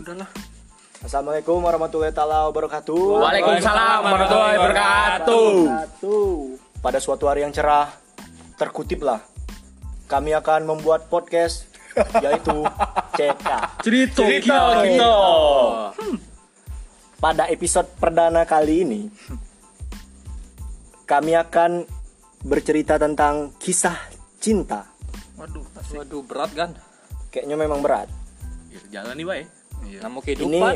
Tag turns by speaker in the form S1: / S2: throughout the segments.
S1: udahlah
S2: Assalamualaikum warahmatullahi taala wabarakatuh.
S3: Waalaikumsalam warahmatullahi wabarakatuh.
S2: Satu. Pada suatu hari yang cerah, terkutiplah kami akan membuat podcast yaitu CK.
S1: cerita
S3: Cerita kita.
S2: Hmm. Pada episode perdana kali ini kami akan bercerita tentang kisah cinta.
S1: waduh waduh berat kan
S2: Kayaknya memang berat.
S3: Iya, Jalan nih, Bay.
S1: nama
S2: Ini
S1: kehidupan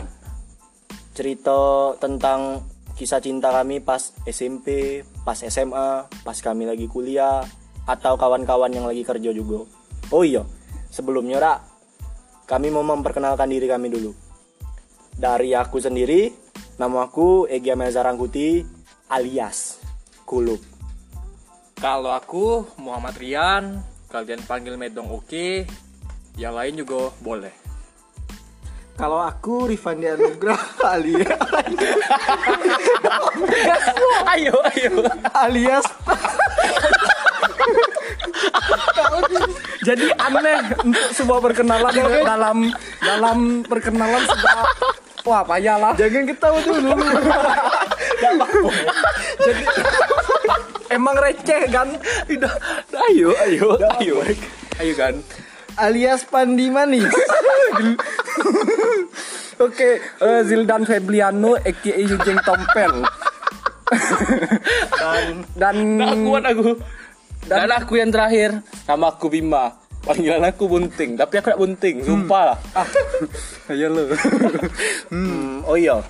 S2: cerita tentang kisah cinta kami pas SMP, pas SMA, pas kami lagi kuliah, atau kawan-kawan yang lagi kerja juga. Oh iya, sebelumnya Ra, kami mau memperkenalkan diri kami dulu. Dari aku sendiri, nama aku Egi Amel Zarangkuti alias Kulub.
S1: kalau aku Muhammad Rian kalian panggil Medong oke yang lain juga boleh
S4: Kalau aku Rifandi Anugrah alias
S1: ayo ayo
S4: alias Jadi aneh untuk sebuah perkenalan dalam dalam perkenalan sudah wah payahlah. Jangan ketawa dulu. Jadi emang receh kan? Tidak.
S1: ayo ayo ayo ayo kan
S4: Alias Pandi Manis. Oke, eh, Zildan Febliano aka Yujeng Tompel.
S2: Dan
S4: Dan
S3: Kuat Nah, aku. Dan, aku yang terakhir, nama aku Bima. Panggilan aku Bunting, tapi aku tak
S4: Hmm.
S3: Bunting, sumpah lah.
S4: Ayo lu.
S2: Hmm, oh iya,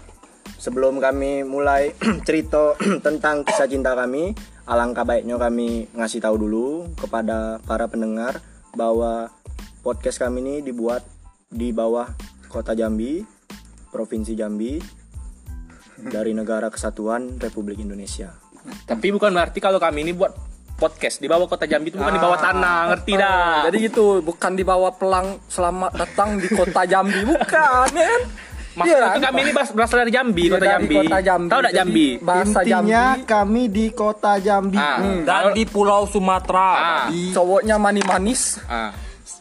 S2: sebelum kami mulai cerita tentang kisah cinta kami, alangkah baiknya kami ngasih tahu dulu kepada para pendengar bahwa podcast kami ini dibuat di bawah kota Jambi, provinsi Jambi, dari negara kesatuan Republik Indonesia.
S3: Tapi bukan berarti kalau kami ini buat podcast di bawah kota Jambi itu bukan di bawah tanah, ngerti dah.
S4: Ah. Jadi gitu, bukan dibawa pelang selamat datang di kota Jambi, bukan ya kan?
S3: Maksudnya
S4: Iya,
S3: itu kami ini bas- berasal dari Jambi,
S4: Iya,
S3: kota
S4: dari
S3: Jambi.
S4: kota Jambi.
S3: Tahu tak
S4: Jadi,
S3: Jambi?
S4: Bahasa
S5: Intinya
S4: Jambi.
S5: kami di kota Jambi.
S3: Ah,
S4: Hmm.
S3: dan
S1: di Pulau Sumatera
S3: ah,
S4: Cowoknya manis-manis.
S3: ah.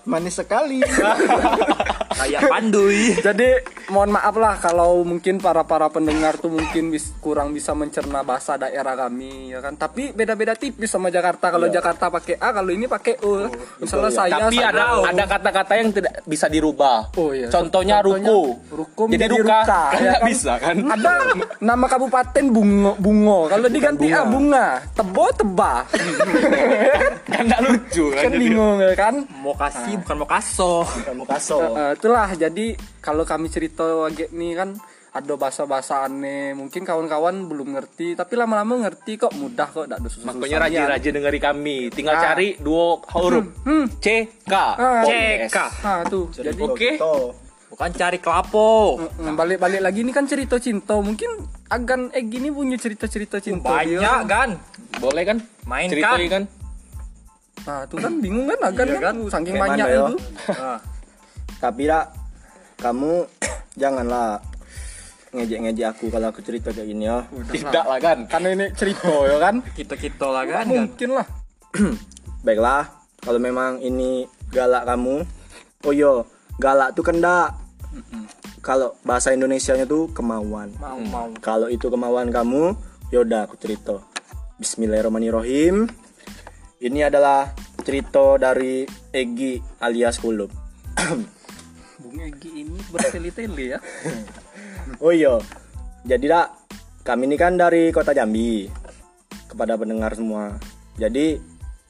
S5: Manis sekali.
S1: kayak pandui
S4: Jadi mohon maaf lah kalau mungkin para para pendengar tuh mungkin bis- kurang bisa mencerna bahasa daerah kami ya kan. Tapi beda-beda tipis sama Jakarta. Kalau Jakarta pakai A, kalau ini pakai U. Misalnya saya
S3: Tapi
S4: Iya, saya-
S3: ada ada kata-kata yang tidak bisa dirubah.
S4: Oh, iya.
S3: Contohnya,
S4: Contohnya,
S3: ruko.
S4: ruko
S3: jadi
S4: menjadi
S3: ruka.
S4: ruka,
S3: Kan
S4: ya
S3: nggak
S4: kan?
S3: bisa kan?
S4: ada nama kabupaten bungo bungo kalau diganti bunga. bunga tebo teba
S3: Kan nggak lucu kan?
S4: kan
S3: jadi.
S4: bingung ya kan
S1: mau kasih bukan mau kaso
S2: Kamu kaso.
S4: Eh, itulah jadi kalau kami cerita lagi nih kan ada bahasa-bahasa aneh mungkin kawan-kawan belum ngerti tapi lama-lama ngerti kok mudah kok tidak ada susah
S3: Pokoknya rajin-rajin dengeri kami. Tinggal cari dua huruf. C K.
S4: Hmm. Ah.
S3: Podcast.
S1: CK
S4: nah tuh jadi
S3: Oke.
S1: bukan cari kelapo
S4: Mm, balik-balik lagi ini kan cerita cinta mungkin agan eh gini punya cerita-cerita cinta dia.
S1: banyak kan
S3: Boleh kan?
S1: Main kan?
S3: Ceritain kan?
S4: nah tuh kan bingung kan agan kan, saking
S2: Kayak
S4: banyak
S2: mana ya?
S4: itu
S1: Ah,
S2: Tapi Ra, kamu janganlah ngejek-ngejek aku kalau aku cerita kayak gini ya.
S3: Tidak lah kan?
S4: karena ini cerita ya kan
S1: kita kita lah kan kan
S4: mungkin lah
S2: Baiklah, kalau memang ini galak kamu. Oh yo, galak tuh kendak. Kalau bahasa Indonesianya tuh kemauan.
S4: mau mau
S2: Kalau itu kemauan kamu, yaudah aku cerita. Bismillahirrahmanirrahim. Ini adalah cerita dari Egi alias Kulub.
S4: Bung Egi ini bertele-tele ya.
S2: Oh iya, jadi dak kami ini kan dari kota Jambi kepada pendengar semua. Jadi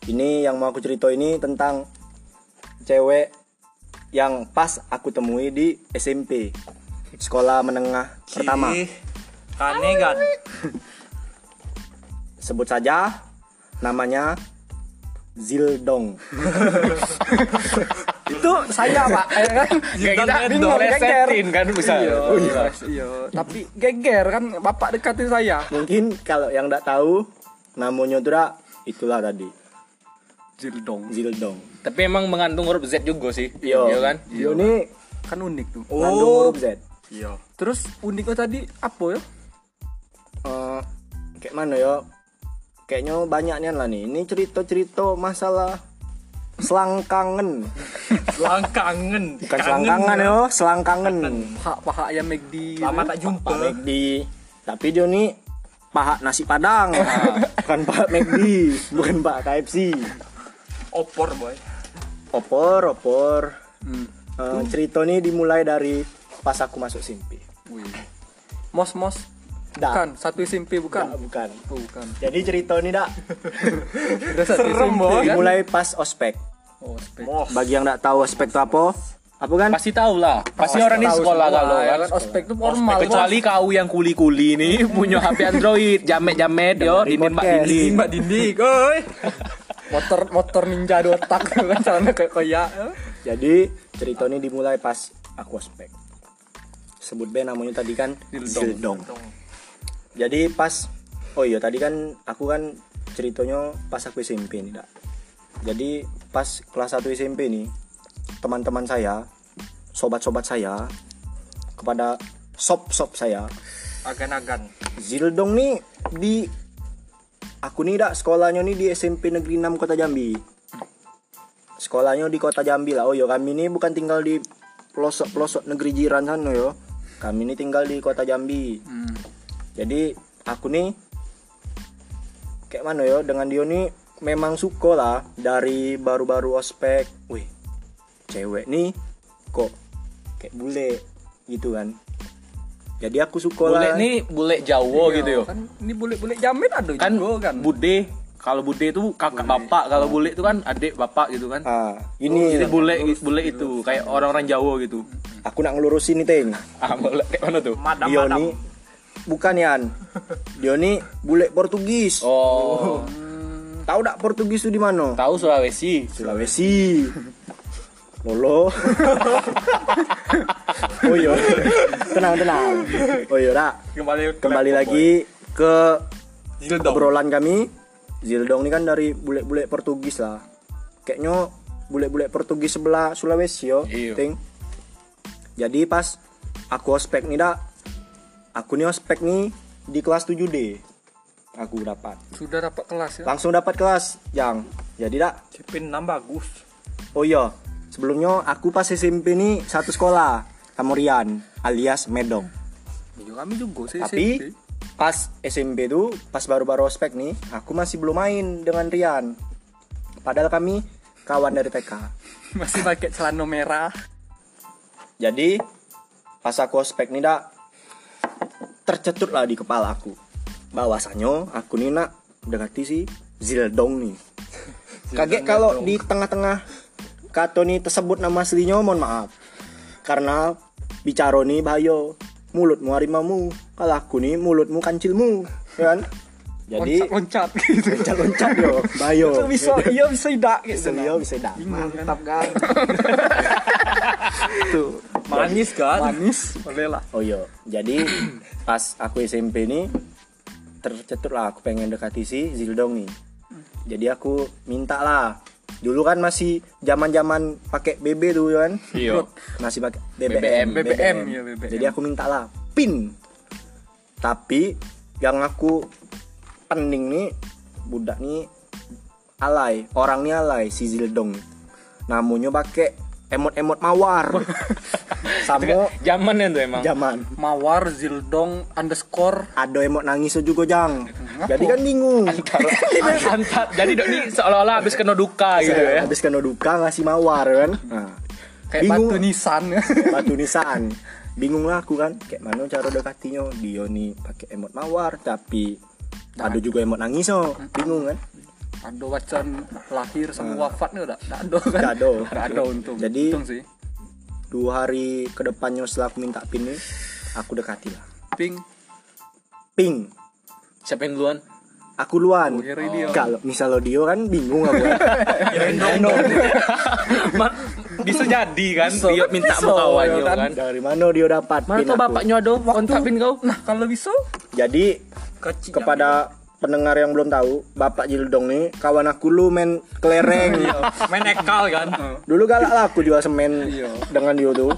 S2: ini yang mau aku cerita ini tentang cewek yang pas aku temui di SMP sekolah menengah pertama.
S1: kane kan
S2: Sebut saja namanya Zildong.
S4: Itu saya Pak, ya kan?
S3: Kayak kita
S4: bingung, ya geger.
S3: lesetin kan bisa.
S4: Oh, iya, iya. Tapi geger kan bapak dekatin saya.
S2: Mungkin kalau yang tidak tahu namanya tuh dak, itulah tadi
S4: Jildong.
S2: Zildong.
S3: Tapi emang mengandung huruf Z juga sih.
S2: Yo,
S3: Iya kan?
S2: Yo nih
S4: Kan unik tuh.
S2: ngandung huruf Z.
S1: iya
S4: Terus uniknya tadi apa ya?
S2: eh kayak mana ya kayaknya banyaknya lah nih ini cerita cerita masalah selangkangan
S1: Selangkangen.
S2: Bukan selangkangan ya. yo, selangkangen.
S4: paha paha ayam McD
S1: Lama ya. tak jumpa.
S2: Pak McD. Tapi dia nih paha nasi padang. Ah, bukan paha McD, bukan paha KFC.
S1: Opor boy.
S2: Opor, opor.
S1: Hmm.
S2: Eh, cerita nih dimulai dari pas aku masuk Simpi.
S4: mos mos
S2: Dak.
S4: bukan satu SMP
S2: Dak,
S4: bukan
S2: Ah, bukan.
S4: bukan
S2: Jadi cerita nih dak
S4: udah satu SMP
S1: Oh, iya.
S4: kan
S2: dimulai pas ospek.
S4: oh, spek.
S2: Bagi yang ndak tahu ospek itu apa? Apa kan?
S3: Pasti tahu lah. Pasti orang di
S4: Tahu
S3: sekolah
S4: semua,
S3: kalau
S4: ya
S3: kan.
S4: kan ospek itu formal
S3: Kecuali kau yang kuli-kuli nih punya HP Android, jamet-jamet yo,
S2: Dari
S3: ini Mbak
S2: podcast.
S3: Dindi.
S1: Mbak Dindi, oi.
S4: motor motor ninja dotak kan celana kayak koyak
S2: Jadi cerita ini dimulai pas aku ospek. Sebut band namanya tadi kan Zildong. Jadi pas oh iya tadi kan aku kan ceritanya pas aku SMP nih Dak. Jadi pas kelas 1 SMP nih teman-teman saya, sobat-sobat saya kepada sob-sob saya
S1: Agan-agan.
S2: Zildong nih di aku nih dak sekolahnya nih di SMP Negeri 6 Kota Jambi. Sekolahnya di Kota Jambi lah. Oh yo kami nih bukan tinggal di pelosok pelosok negeri jiran sana yo. Kami nih tinggal di Kota Jambi. Jadi aku nih kayak mana yo dengan dia nih memang suka lah dari baru-baru ospek. Wih cewek nih kok kayak bule gitu kan. Jadi aku suka
S3: Bule
S2: lah.
S3: nih bule Jawa gitu yo.
S4: kan ini bulik-bulik jamet ada
S3: Kan
S4: juga kan
S3: Bude, kalau Bude itu kakak bapak, kalau bule itu kan adik bapak gitu kan.
S2: Ah, ini
S3: Jadi bule bule itu kayak orang-orang Jawa gitu.
S2: aku nak ngelurusin nih Teng.
S3: Ah, bule kayak mana tuh?
S2: Dia ni bukan Yan. Dia ni bule Portugis.
S3: Oh,
S2: Tahu tak Portugis itu di mana?
S3: tahu Sulawesi.
S2: Sulawesi. Lolo. oh iya. Tenang tenang. Oh iya, dak.
S1: Kembali
S2: Kembali lagi ke
S1: Zildong.
S2: obrolan kami. Zildong ini kan dari bule-bule Portugis lah. Kayaknya bule-bule Portugis sebelah Sulawesi yo.
S3: Iya.
S2: Ting. Jadi pas aku ospek nih dak. Aku nih ospek nih di kelas 7D. Aku dapat.
S4: sudah dapat kelas ya
S2: Langsung dapat kelas, Yang. Jadi dak.
S1: Cepin nambah bagus.
S2: Oh iya, sebelumnya aku pas SMP nih satu sekolah sama Rian alias Medong.
S4: Iya, kami juga sih
S2: Tapi pas SMP tuh, pas baru-baru ospek nih, aku masih belum main dengan Rian. Padahal kami kawan dari TK.
S4: masih pakai celana merah
S2: Jadi pas aku ospek nih dak tercetut lah di kepala aku. Bahwasannya aku nih nak mendekati si Zildong nih. Kaget kalau di tengah-tengah kato nih tersebut nama aslinya mohon maaf. Karena bicara nih bahaya mulutmu harimau kalau aku nih mulutmu kancilmu ya kan jadi
S4: loncat gitu
S2: loncat-loncat yo bahaya
S4: bisa iya bisa tidak
S2: bisa
S4: gitu
S2: yo bisa dah
S5: Mantap kan.
S1: Manis kan?
S4: manis boleh lah
S2: Oh iya, jadi pas aku SMP nih tercetur lah aku pengen dekati si Zildong nih. Jadi aku minta lah. Dulu kan masih zaman-zaman pakai BB tuh kan.
S3: Iya.
S2: Masih pakai BBM,
S3: BBM,
S4: iya, BBM.
S2: Jadi aku minta lah PIN. Tapi yang aku pening nih budak nih alay, orangnya alay si Zildong. Namanya pakai emot-emot mawar. Sama
S3: Zamannya tuh emang.
S2: zaman
S4: mawar zildong underscore
S2: ada emot nangis juga jang jadi kan bingung
S3: Antar, jadi dok ini seolah-olah habis kena duka
S2: Iya.
S3: gitu ya.
S2: habis kena duka ngasih mawar kan nah,
S4: kayak batu nisan
S2: batu nisan bingung lah aku kan kayak mana cara dekatinya dia nih pakai emot mawar tapi
S4: Nah.
S2: ada juga emot nangis oh. bingung kan
S4: ada wacan lahir sama wafatnya udah nggak ada kan
S2: Nggak ada.
S4: Nggak ada untung
S2: Jadi-
S4: untung sih
S2: dua hari kedepannya setelah aku minta pin nih aku dekati lah
S4: pink
S2: ping
S3: Siapa yang duluan?
S2: aku luan
S4: Oh, kira dia. Iya,
S2: kalau misal lo dia kan bingung aku kan.
S3: Ma- bisa jadi kan dia minta bawahnya
S2: Kan,
S3: kan.
S2: dari mana dia dapat
S3: Mana
S2: pin
S3: tuh
S2: aku?
S3: bapaknya ada kontak pin kau?
S4: nah kalau bisa
S2: Jadi kepada pendengar yang belum tahu, Bapak Jildong nih kawan aku lu main kelereng.
S3: Iya.
S1: Main ekal kan?
S3: Oh.
S2: Dulu galak lah aku jual semen dengan dia tuh.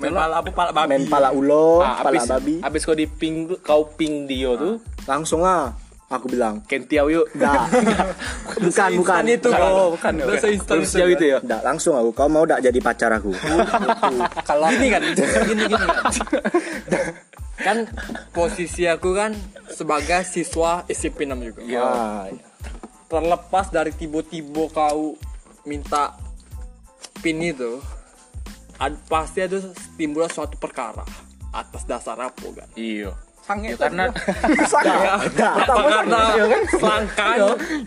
S1: Main pala apa pala babi.
S2: Main pala ulo,
S3: Ah,
S2: pala
S3: abis,
S2: babi.
S3: abis kau di ping kau ping dia tuh
S2: Langsung lah Aku bilang,
S3: Kentiau yuk.
S2: enggak. bukan, bukan.
S4: itu bro bukan
S1: Bahasa instan
S3: Terus jauh itu ya.
S2: Enggak, langsung aku. Kau mau enggak jadi pacar aku?
S3: Oh,
S4: kalau
S1: gini kan gini gini kan. kan posisi aku kan sebagai siswa SMP 6 juga
S3: iya.
S2: Ah,
S1: terlepas dari tiba-tiba kau minta pin itu ad- pasti ada timbul suatu perkara atas dasar apa kan
S3: Iya.
S4: sange
S3: Karena
S1: apa karena selangkan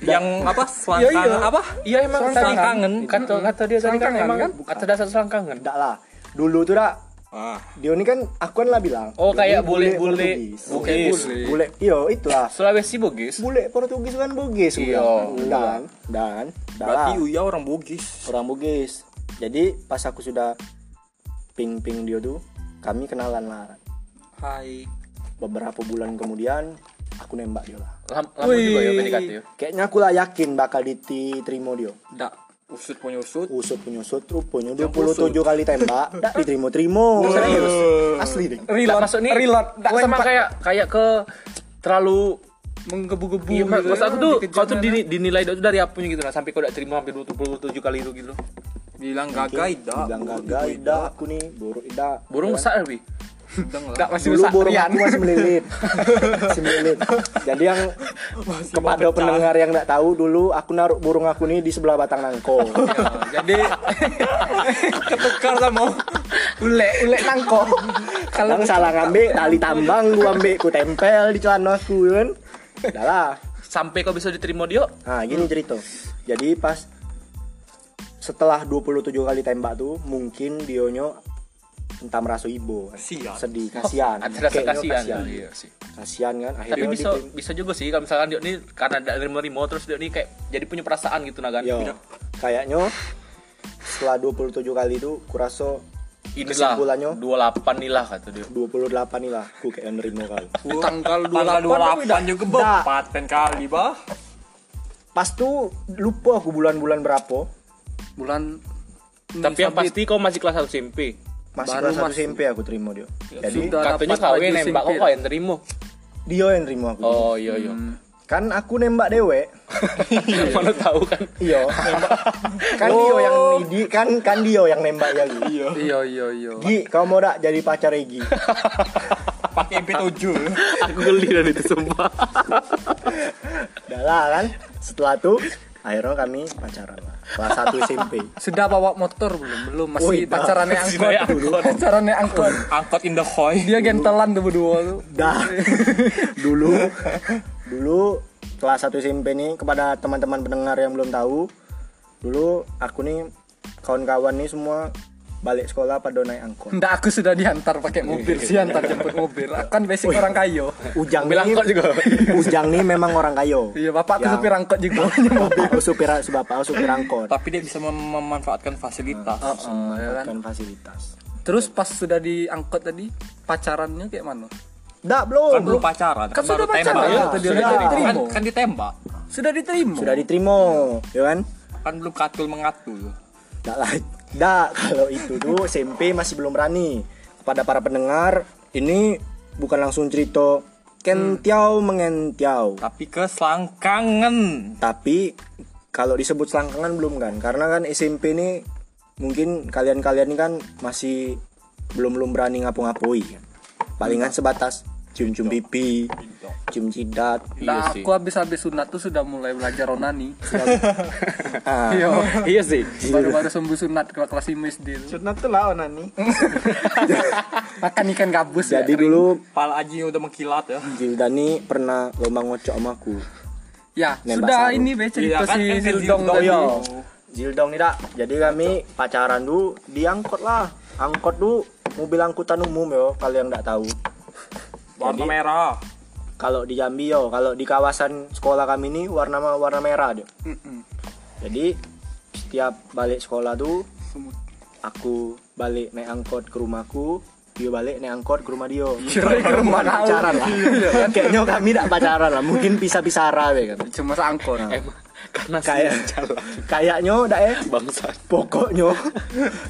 S1: yang apa selangkan apa
S3: iya emang tadi
S1: selangkangan
S3: kata kata dia tadi kan
S4: Selangkangan,
S3: emang kan
S4: kan?
S3: kata dasar selangkangan.
S2: enggak lah. Dulu tuh dah
S1: ah.
S2: Dio ini kan aku kan lah bilang.
S3: Oh,
S2: Dio ini
S3: kayak bule-bule.
S2: Portugis.
S3: Bugis.
S2: Bule, iyo itulah.
S3: Sulawesi Bugis.
S2: Bule Portugis kan Bugis.
S3: Iya.
S2: bukan? Dan dan dan
S1: berarti
S2: lah.
S1: Uya orang Bugis
S2: orang Bugis. Jadi pas aku sudah ping-ping Dio tuh, kami kenalan lah.
S4: hai
S2: Beberapa bulan kemudian aku nembak dia lah.
S3: Lam- Lama juga ya PDKT ya.
S2: Kayaknya aku lah yakin bakal diterima dia.
S1: tidak usut punya usut
S2: Usut penyusut rupanya 27 kali tembak, tak diterima-terima. Serius. Asli deh.
S3: Reload masuk nih. Reload. sama
S4: sempat.
S3: kayak kayak ke terlalu
S4: menggebu-gebu
S3: Iya, mak-
S4: gitu.
S3: maksud aku tuh
S4: Dikejar
S3: kau tuh
S4: kan.
S3: dini- dinilai itu dari apunya gitu lah sampai kau udah terima hampir 27 kali itu gitu.
S1: bilang gagai dah
S2: Bilang gagal, ida aku nih, buruk Kan? ida.
S3: Burung besar lebih.
S1: Sedang lah
S4: Nggak, masih
S2: dulu
S4: besar
S2: burung
S4: Rian.
S2: aku masih melilit masih melilit jadi yang kepada pendengar yang nggak tahu dulu aku naruh burung aku nih di sebelah batang nangko
S3: Oh, Ah,
S1: jadi ketukar sama
S4: ulek ulek nangko kalau
S2: kadang salah ngambil tali tambang gua ambil ku tempel di celana aku kan udah lah
S3: Sampai kau bisa diterima dia.
S2: nah gini cerita jadi pas setelah 27 kali tembak tuh mungkin dionyo entah merasa ibu
S1: Sian.
S2: sedih kasihan
S3: Ada rasa
S2: Kayaknya
S3: Ah, kasihan.
S2: kasihan.
S3: Iya sih.
S2: Kasihan kan
S3: Tapi
S2: akhirnya
S3: bisa
S2: diterima.
S3: bisa juga sih kalau misalkan dia ini karena ada nerima terus dia ini kayak jadi punya perasaan gitu nah kan.
S2: Yo, kayaknya setelah 27 kali itu kurasa
S3: Inilah
S2: kesimpulannya.
S3: 28 nih lah kata dia.
S2: 28 nih lah aku kayak nerima kali.
S4: tanggal
S1: tanggal
S4: 28
S1: 28 juga
S2: Nggak.
S1: bepaten kali bah
S2: Pas tuh lupa aku bulan-bulan berapa.
S4: bulan
S3: Tapi yang pasti kau masih kelas 1 SMP.
S2: Masih
S4: Baru
S2: kelas 1 SMP aku terima dia. Jadi
S4: Sudah
S3: Katanya
S4: dapat
S3: kau
S4: baju
S3: yang nembak kok
S1: ya?
S4: singkir.
S3: kau yang terima.
S2: dia yang terima aku.
S3: Oh iya iya.
S1: Hmm.
S2: Kan aku nembak dewe.
S3: Mana tahu kan.
S2: Iya. kan dia yang di kan kan dia yang nembak ya Gi.
S4: iya iya iya
S2: Gi, kau mau dak jadi pacar Egi?
S1: pakai MP7
S3: Aku geli dari itu sumpah.
S2: Udah lah kan. Setelah tuh akhirnya kami pacaran lah. Kelas 1 SMP.
S4: sudah bawa motor belum belum
S2: Woi,
S4: masih
S2: dah.
S4: pacarannya angkot
S3: Sudah
S4: dulu pacarannya angkot
S1: angkot in the hoy
S4: dia gentelan tuh berdua tuh
S2: Dah. dulu dulu kelas 1 SMP nih kepada teman-teman pendengar yang belum tahu, dulu aku nih kawan-kawan nih semua balik sekolah pada naik angkot.
S4: Nggak, aku sudah diantar pakai mobil sih antar jemput mobil aku kan basic orang kayo
S1: Eh,
S2: Ujang
S3: Ambil
S2: nih,
S3: angkot juga.
S2: Ujang nih memang orang kayo.
S4: iya bapak aku
S2: Ya.
S4: supir angkot juga
S2: Bapak aku supir bapak aku supir angkot.
S1: tapi dia bisa mem- memanfaatkan fasilitas
S4: Ah,
S2: Bukan
S1: Kan
S2: fasilitas.
S4: Eh, ya kan? terus pas sudah diangkot tadi pacarannya kayak mana
S2: Dah belum.
S1: kan belum pacaran
S4: kan sudah
S1: tembak
S4: pacaran ya,
S2: Sudah
S4: tadi Iya. sudah
S2: jadi
S1: kan,
S4: diterima
S1: kan ditembak
S4: sudah diterima
S2: Sudah diterima, ya kan?
S1: kan belum katul mengatul
S2: Dah lah. Dah kalau itu tuh SMP masih belum berani. Kepada para pendengar, ini bukan langsung cerita kentiau mengentiau.
S1: tapi ke selangkangan
S2: Tapi kalau disebut selangkangan belum kan? Karena kan SMP ini mungkin kalian-kalian ini kan masih belum belum berani ngapu-ngapui. kan? Palingan sebatas cium-cium pipi, cium jidat.
S1: iya
S4: Nah,
S3: sih.
S4: aku habis-habis sunat tuh sudah mulai belajar onani.
S2: Ah,
S4: Iya.
S3: Iya sih.
S4: Baru-baru sembuh sunat kelas kelas IMSD tuh.
S5: Sunat tuh lah onani.
S4: Makan ikan gabus
S2: Jadi
S4: ya.
S2: dulu
S1: pala aji udah mengkilat ya
S2: Gildani pernah lomba ngocok sama aku.
S4: Ya,
S2: Nembak
S4: sudah
S2: sarung.
S4: ini be cerita
S1: Iya, kan kan
S4: si
S1: si
S4: Zildong
S1: Zildong,
S4: tadi.
S1: iya.
S2: Oh, Zildong nih dak. Jadi kami pacaran dulu di angkot lah. Angkot dulu mobil angkutan umum yo kalau yang nggak tahu.
S1: warna merah
S2: Kalau di Jambi yo, kalau di kawasan sekolah kami ini warna warna merah deh. Jadi setiap balik sekolah tuh
S4: Semut.
S2: aku balik naik angkot ke rumahku, dia balik naik angkot ke rumah dia.
S4: Kira ke rumah Iya kan?
S2: Bukan pacaran lah. Kayaknya kami tidak pacaran lah, mungkin pisah-pisah arah ya kan.
S4: Cuma seangkot.
S1: Iya.
S3: Emang karena
S2: Kayak kayaknya ndak eh
S3: bangsa.
S2: pokoknya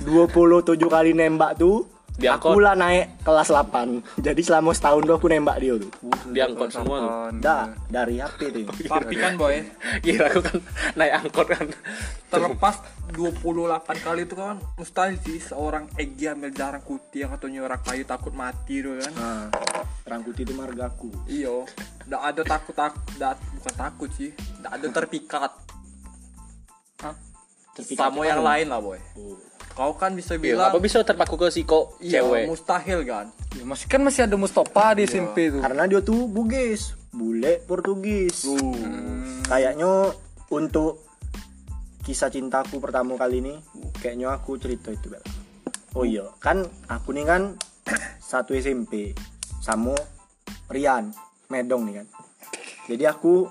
S2: 27 kali nembak tuh
S3: Diangkut.
S2: Aku lah naik kelas 8 Jadi selama setahun tuh aku nembak dia tuh
S3: diangkut semua tuh.
S2: Dah, dari HP tuh
S4: Iya.
S1: Tapi kan boy,
S3: Gila aku kan naik angkot kan.
S1: terlepas 28 kali itu kan mustahil sih seorang Egi ambil jarang kuti yang atau nyorak kayu takut mati tuh kan.
S2: Nah, Rangkuti itu margaku
S1: Iyo, ndak ada takut takut, ndak bukan takut sih, ndak ada terpikat.
S2: Terpikat
S1: Sama yang lain lah boy. Kau kan bisa bilang,
S3: Gila. Oh. Iya, Apa bisa terpaku ke si kok
S1: iya
S3: cewek? Iya.
S1: mustahil kan.
S4: Ya, masih kan masih ada Mustafa di SMP tuh.
S2: Karena dia tuh Bugis Bule Portugis Kayaknya untuk kisah cintaku pertama kali ini Kayaknya aku cerita itu Bel. Oh iya, kan aku nih kan satu SMP Sama Rian Medong nih kan Jadi aku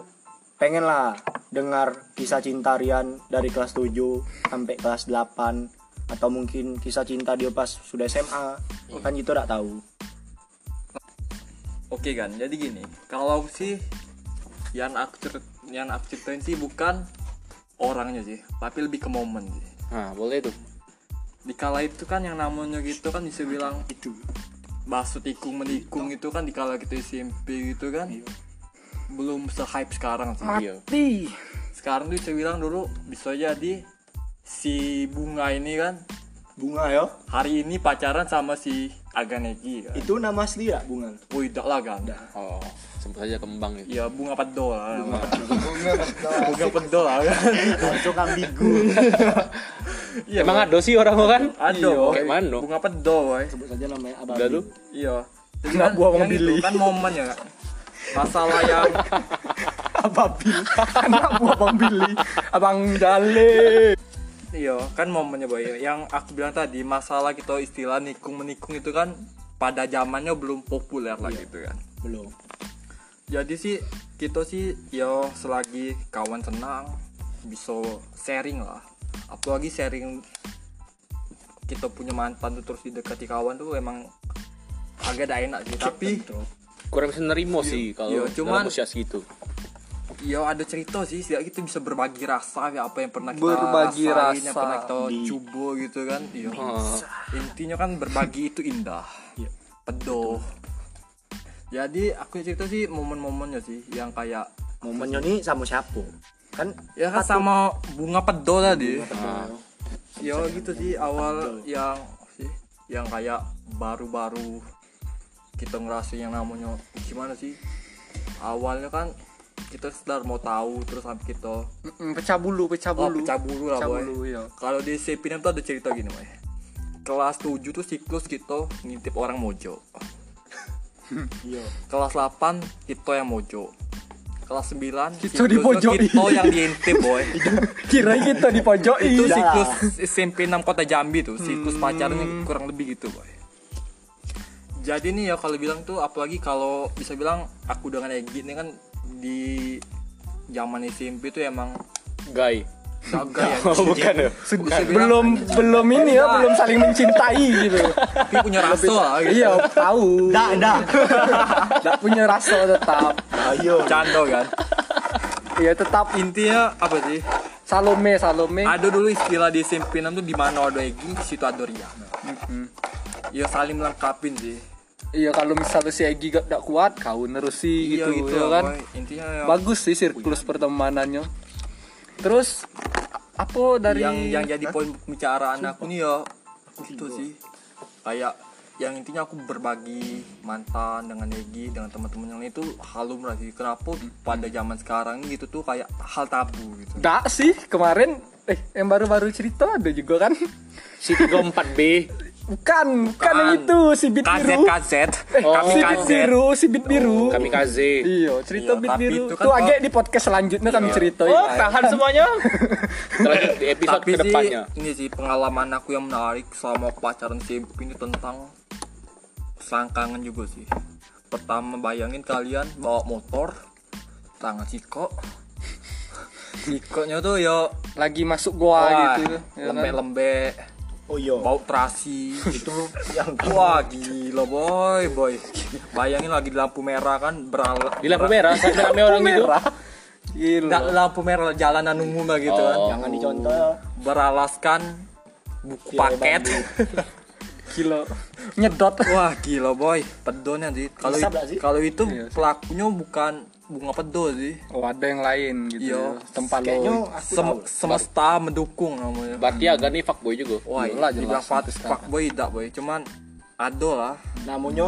S2: pengen lah dengar kisah cinta Rian dari kelas 7 sampai kelas 8 atau mungkin kisah cinta dia pas sudah SMA kan gitu gak tahu
S1: Oke kan, jadi gini, kalau sih yang aku cer- yang aku ceritain sih bukan orangnya sih, tapi lebih ke momen sih.
S3: Nah, boleh tuh.
S1: Di kala itu kan yang namanya gitu kan bisa bilang itu basu tikung menikung itu kan di kala kita SMP gitu kan belum se-hype sekarang sih.
S3: Iya.
S4: Di
S1: Sekarang tuh bisa bilang dulu bisa jadi si bunga ini kan
S2: bunga ya
S1: hari ini pacaran sama si Aganegi kan.
S2: itu nama asli ya bunga
S1: Wih, dak lah kan.
S3: Oh, sempat saja kembang gitu.
S1: Iya, bunga pedol lah. Bunga pedol lah kan.
S2: cocok ambigu
S1: Iya,
S3: Emang ada sih orang kan?
S1: Ada, boy.
S3: Kayak mana?
S1: Bunga pedo, boy.
S2: sebut saja namanya abang
S3: Udah lu.
S1: Iya. Jadi
S4: Nggak
S1: kan,
S4: gua
S1: yang
S4: Bang Billy.
S1: itu kan momen ya, Kak. Masalah yang
S4: Ababil, anak buah Bang Billy, Abang Jale.
S1: iya, kan momennya, boy. Yang aku bilang tadi, masalah gitu istilah nikung menikung itu kan pada zamannya belum populer lah gitu kan.
S2: belum
S1: Jadi sih kita sih yo selagi kawan senang bisa sharing lah. Apalagi sharing kita punya mantan tuh terus didekati kawan tuh emang agak ada enak sih tapi
S3: Kurang bisa nerimo sih kalau
S1: Iya, cuman-
S3: dalam usia segitu.
S1: Yo Iya, ada cerita sih, sih kita bisa berbagi rasa ya apa yang pernah kita
S4: Berbagi
S1: rasain,
S4: rasa.
S1: yang pernah kita coba gitu kan. Iya. Intinya kan berbagi itu indah. Pedo. Jadi aku cerita sih momen-momennya sih yang kayak
S2: momennya nih sama siapa kan
S1: ya kan sama bunga pedo tadi. Yo gitu sih awal yang sih yang kayak baru-baru kita ngerasain yang namanya gimana sih? Awalnya kan kita sedar mau tahu terus sampai kita
S4: Mm-mm, Pecah bulu, pecah
S1: Oh,
S4: bulu.
S1: pecah bulu lah
S4: Pecah
S1: boy.
S4: bulu, iya.
S1: Kalau di Sepinem tuh ada cerita gini boy. Kelas 7 tuh siklus kita ngintip orang mojo.
S4: Iya.
S1: Kelas 8 kita yang mojo. Kelas 9
S4: Kita
S1: siklus tuh
S4: dipojokin.
S1: Kita yang diintip boy.
S4: Iya. Kira kita di pojok
S1: itu
S4: itu.
S2: Udah
S1: siklus SMP 6 Kota Jambi tuh. Siklus
S4: Hmm.
S1: pacarnya kurang lebih gitu boy. Jadi nih ya kalau bilang tuh apalagi kalau bisa bilang aku dengan Egi ini kan di zaman SMP tuh emang
S3: Guy.
S1: jaga ya.
S3: Oh, bukan ya.
S1: Bisa bilang-
S4: Belum belum ini ya, belum saling mencintai gitu.
S1: tapi punya rasa lah gitu.
S4: Iya, tahu.
S2: dah dah
S4: Nggak punya rasa tetap.
S2: ayo
S1: Cando kan.
S4: Iya, tetap
S1: Intinya apa sih?
S4: Salome, Salome.
S1: Ada dulu istilah di SMP 6 tuh di mana ada Egi, di situ ada Ria. Ya saling melengkapin sih.
S4: Iya, kalau misalnya si Egi gak, gak kuat, kau nerusi
S1: Iya
S4: gitu, ya kan.
S1: boy. Intinya ya,
S4: Bagus sih sirklus pertemanannya. Terus apa dari
S1: yang yang jadi poin pembicaraan aku nih ya itu sih. Kayak yang intinya aku berbagi mantan dengan Egi dengan teman-teman yang lain itu halum lah sih. Kenapa pada zaman sekarang gitu tuh kayak hal tabu gitu.
S4: Nggak sih kemarin eh yang baru-baru cerita ada juga kan?
S3: Si 34B.
S4: Bukan, bukan yang itu si bit
S1: Kaset
S4: biru.
S1: kaset,
S4: Eh,
S1: kami
S4: si bit
S1: kaset.
S4: biru, si bit biru.
S1: Oh.
S3: Kami KZ.
S4: Iya, cerita
S1: Iya,
S4: bit
S1: tapi
S4: biru.
S1: itu
S4: Itu
S1: kan kok-
S4: agak di podcast selanjutnya kan kami ceritain.
S3: Oh, tahan semuanya. Terlanjut di episode
S1: tapi sih
S3: kedepannya.
S1: ini sih pengalaman aku yang menarik selama aku pacaran SMP ini tentang selangkangan juga sih pertama bayangin kalian bawa motor tangan siko sikonya tuh yo
S4: Lagi masuk gua
S1: wah,
S4: gitu. ya kan?
S1: lembek-lembek
S2: oh iya
S1: bau terasi gitu.
S2: itu yang
S1: wah gila boy boy bayangin lagi di lampu merah kan beralat
S3: Di lampu merah, sampai rame orang gitu.
S4: Gila.
S1: Nggak, lampu merah jalanan umum lah gitu kan
S2: jangan dicontoh
S1: beralaskan buku
S2: Tirai
S1: paket
S4: kilo nyedot
S1: Wah gila boy, pedonya sih. Kalau
S2: Bisa nggak sih?
S1: kalau itu
S4: Iya sih.
S1: pelakunya bukan bunga pedo sih.
S4: oh ada yang lain gitu
S1: Iya.
S4: tempat
S5: Kayaknya
S4: lo
S5: aku
S1: Sem-
S5: tahu.
S1: semesta mendukung namanya.
S3: Berarti agak nih fuckboy juga.
S1: Wah, iya,
S4: Iyalah, jelas,
S1: dibilang fuck,
S4: semesta.
S1: fuckboy tidak boy, cuman ada lah.
S5: namanya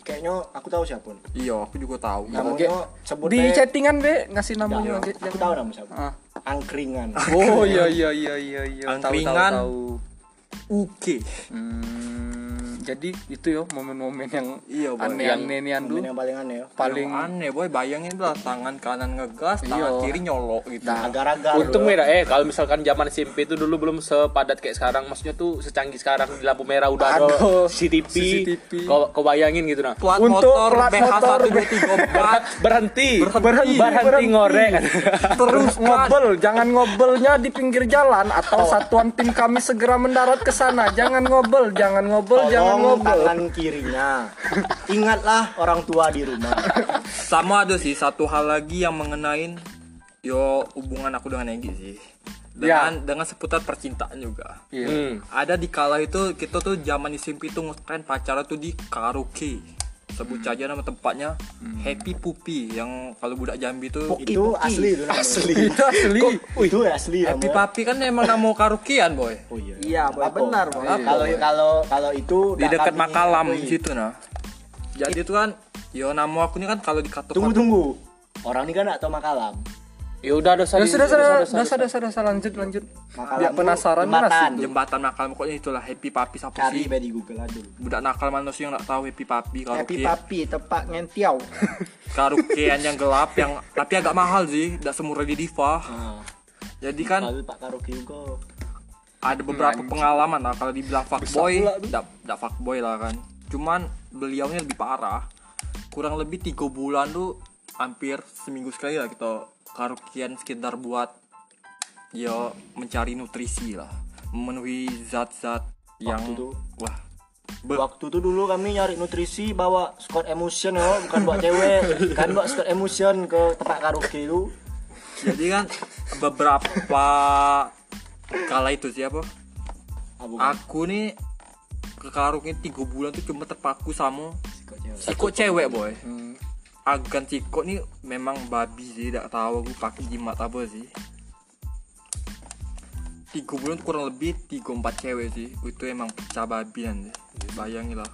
S5: kayaknya aku tahu siapa nih.
S1: Iya, aku juga tahu.
S5: namanya sebut
S4: di
S5: aja-
S4: chattingan be ngasih
S5: Nggak,
S2: Iya.
S4: namanya Be.
S5: aku tahu nama siapa
S4: Ah.
S5: angkringan
S4: oh iya iya iya iya iya tahu tahu
S1: Angkringan.
S4: tahu
S1: Oke.
S4: Hmm, jadi itu yo momen-momen yang
S1: Iya, Boy.
S4: aneh-aneh
S5: Momen
S4: nian dulu
S5: yang paling aneh ya
S4: paling
S1: aneh boy, bayangin lah tangan kanan ngegas,
S4: Iya.
S1: tangan kiri nyolok gitu.
S2: Nah.
S5: agar-agar
S3: Untung
S5: loh.
S3: merah eh kalau misalkan zaman SMP itu dulu belum sepadat kayak sekarang, maksudnya tuh secanggih sekarang di lampu merah udah ada
S4: Aduh,
S3: CCTV.
S4: CCTV.
S3: Kau, kau bayangin gitu nah.
S1: Plat
S4: Untuk
S1: motor
S4: plat motor.
S1: BH1234
S3: Berhenti.
S4: Berhenti.
S3: Berhenti ngorek.
S1: terus Oh. kan.
S4: ngobel, jangan ngobelnya di pinggir jalan atau satuan tim kami segera mendarat ke sana. Jangan ngobel, jangan ngobel, jangan
S5: Tolong
S4: ngobel.
S5: tangan kirinya ingatlah orang tua di rumah
S1: sama ada sih satu hal lagi yang mengenain yo hubungan aku dengan Egi sih dengan dengan seputar percintaan juga
S4: Ya. Iya.
S3: Hmm.
S1: ada di kala itu kita tuh zaman SMP tuh ngetren pacaran tuh di karaoke sebut
S4: Hmm.
S1: saja nama tempatnya Happy Pupi yang kalau budak Jambi
S2: Oh,
S1: tuh
S5: itu asli itu namanya.
S4: Itu asli.
S5: itu asli
S1: Happy
S5: namanya.
S1: Papi kan emang nama karaokean boy
S5: oh iya
S4: Iya, Boy,
S5: Apa?
S4: benar, Boy.
S5: Apa, kalau kalau kalau itu
S1: di
S5: nggak
S1: dekat
S5: kami-
S1: Makalam
S4: Iya.
S5: Wih,
S1: situ nah jadi itu kan yo nama aku ini kan kalau di kartu
S5: tunggu tunggu orang ini kan nggak tahu makalam
S3: Ya udah dosa.
S4: Udah, Nah, sudah,
S3: dosa,
S4: sudah,
S3: dosa,
S4: sudah, sudah, sudah, sudah, lanjut, lanjut.
S5: Makalam
S4: Biar
S5: tuh
S4: penasaran
S5: jembatan.
S4: masih.
S1: jembatan Makalam pokoknya itulah Happy Papi siapa
S5: cari
S1: sih
S5: be di Google aduh
S1: budak nakal manusia yang nggak tahu happy papi
S6: Happy
S1: karaoke
S6: Papi tepak ngentiau.
S1: karaokean yang gelap yang tapi agak mahal sih tidak semurah di diva jadi kan
S5: kalau pak karaoke juga
S1: ada beberapa pengalaman lah kalau dibilang fuckboy tidak tidak fuckboy lah kan cuman beliaunya lebih parah kurang lebih tiga bulan tuh hampir seminggu sekali lah kita karaokean sekitar buat ya mencari nutrisi lah memenuhi zat-zat yang
S5: tuh.
S1: wah Be-
S5: waktu itu dulu kami nyari nutrisi bawa Scott Emotion ya bukan bawa cewek kan bawa Scott Emotion ke tempat karaoke itu
S1: jadi kan beberapa kala itu siapa
S5: Apa?
S1: aku nih ke karaoke tiga bulan tuh cuma terpaku sama
S5: Scott cewek.
S1: sikok cewek boy agan sikok nih memang babi sih tidak tahu aku pakai jimat apa sih tiga bulan tuh kurang lebih tiga empat cewek sih itu emang pecah babi nanti bayangin lah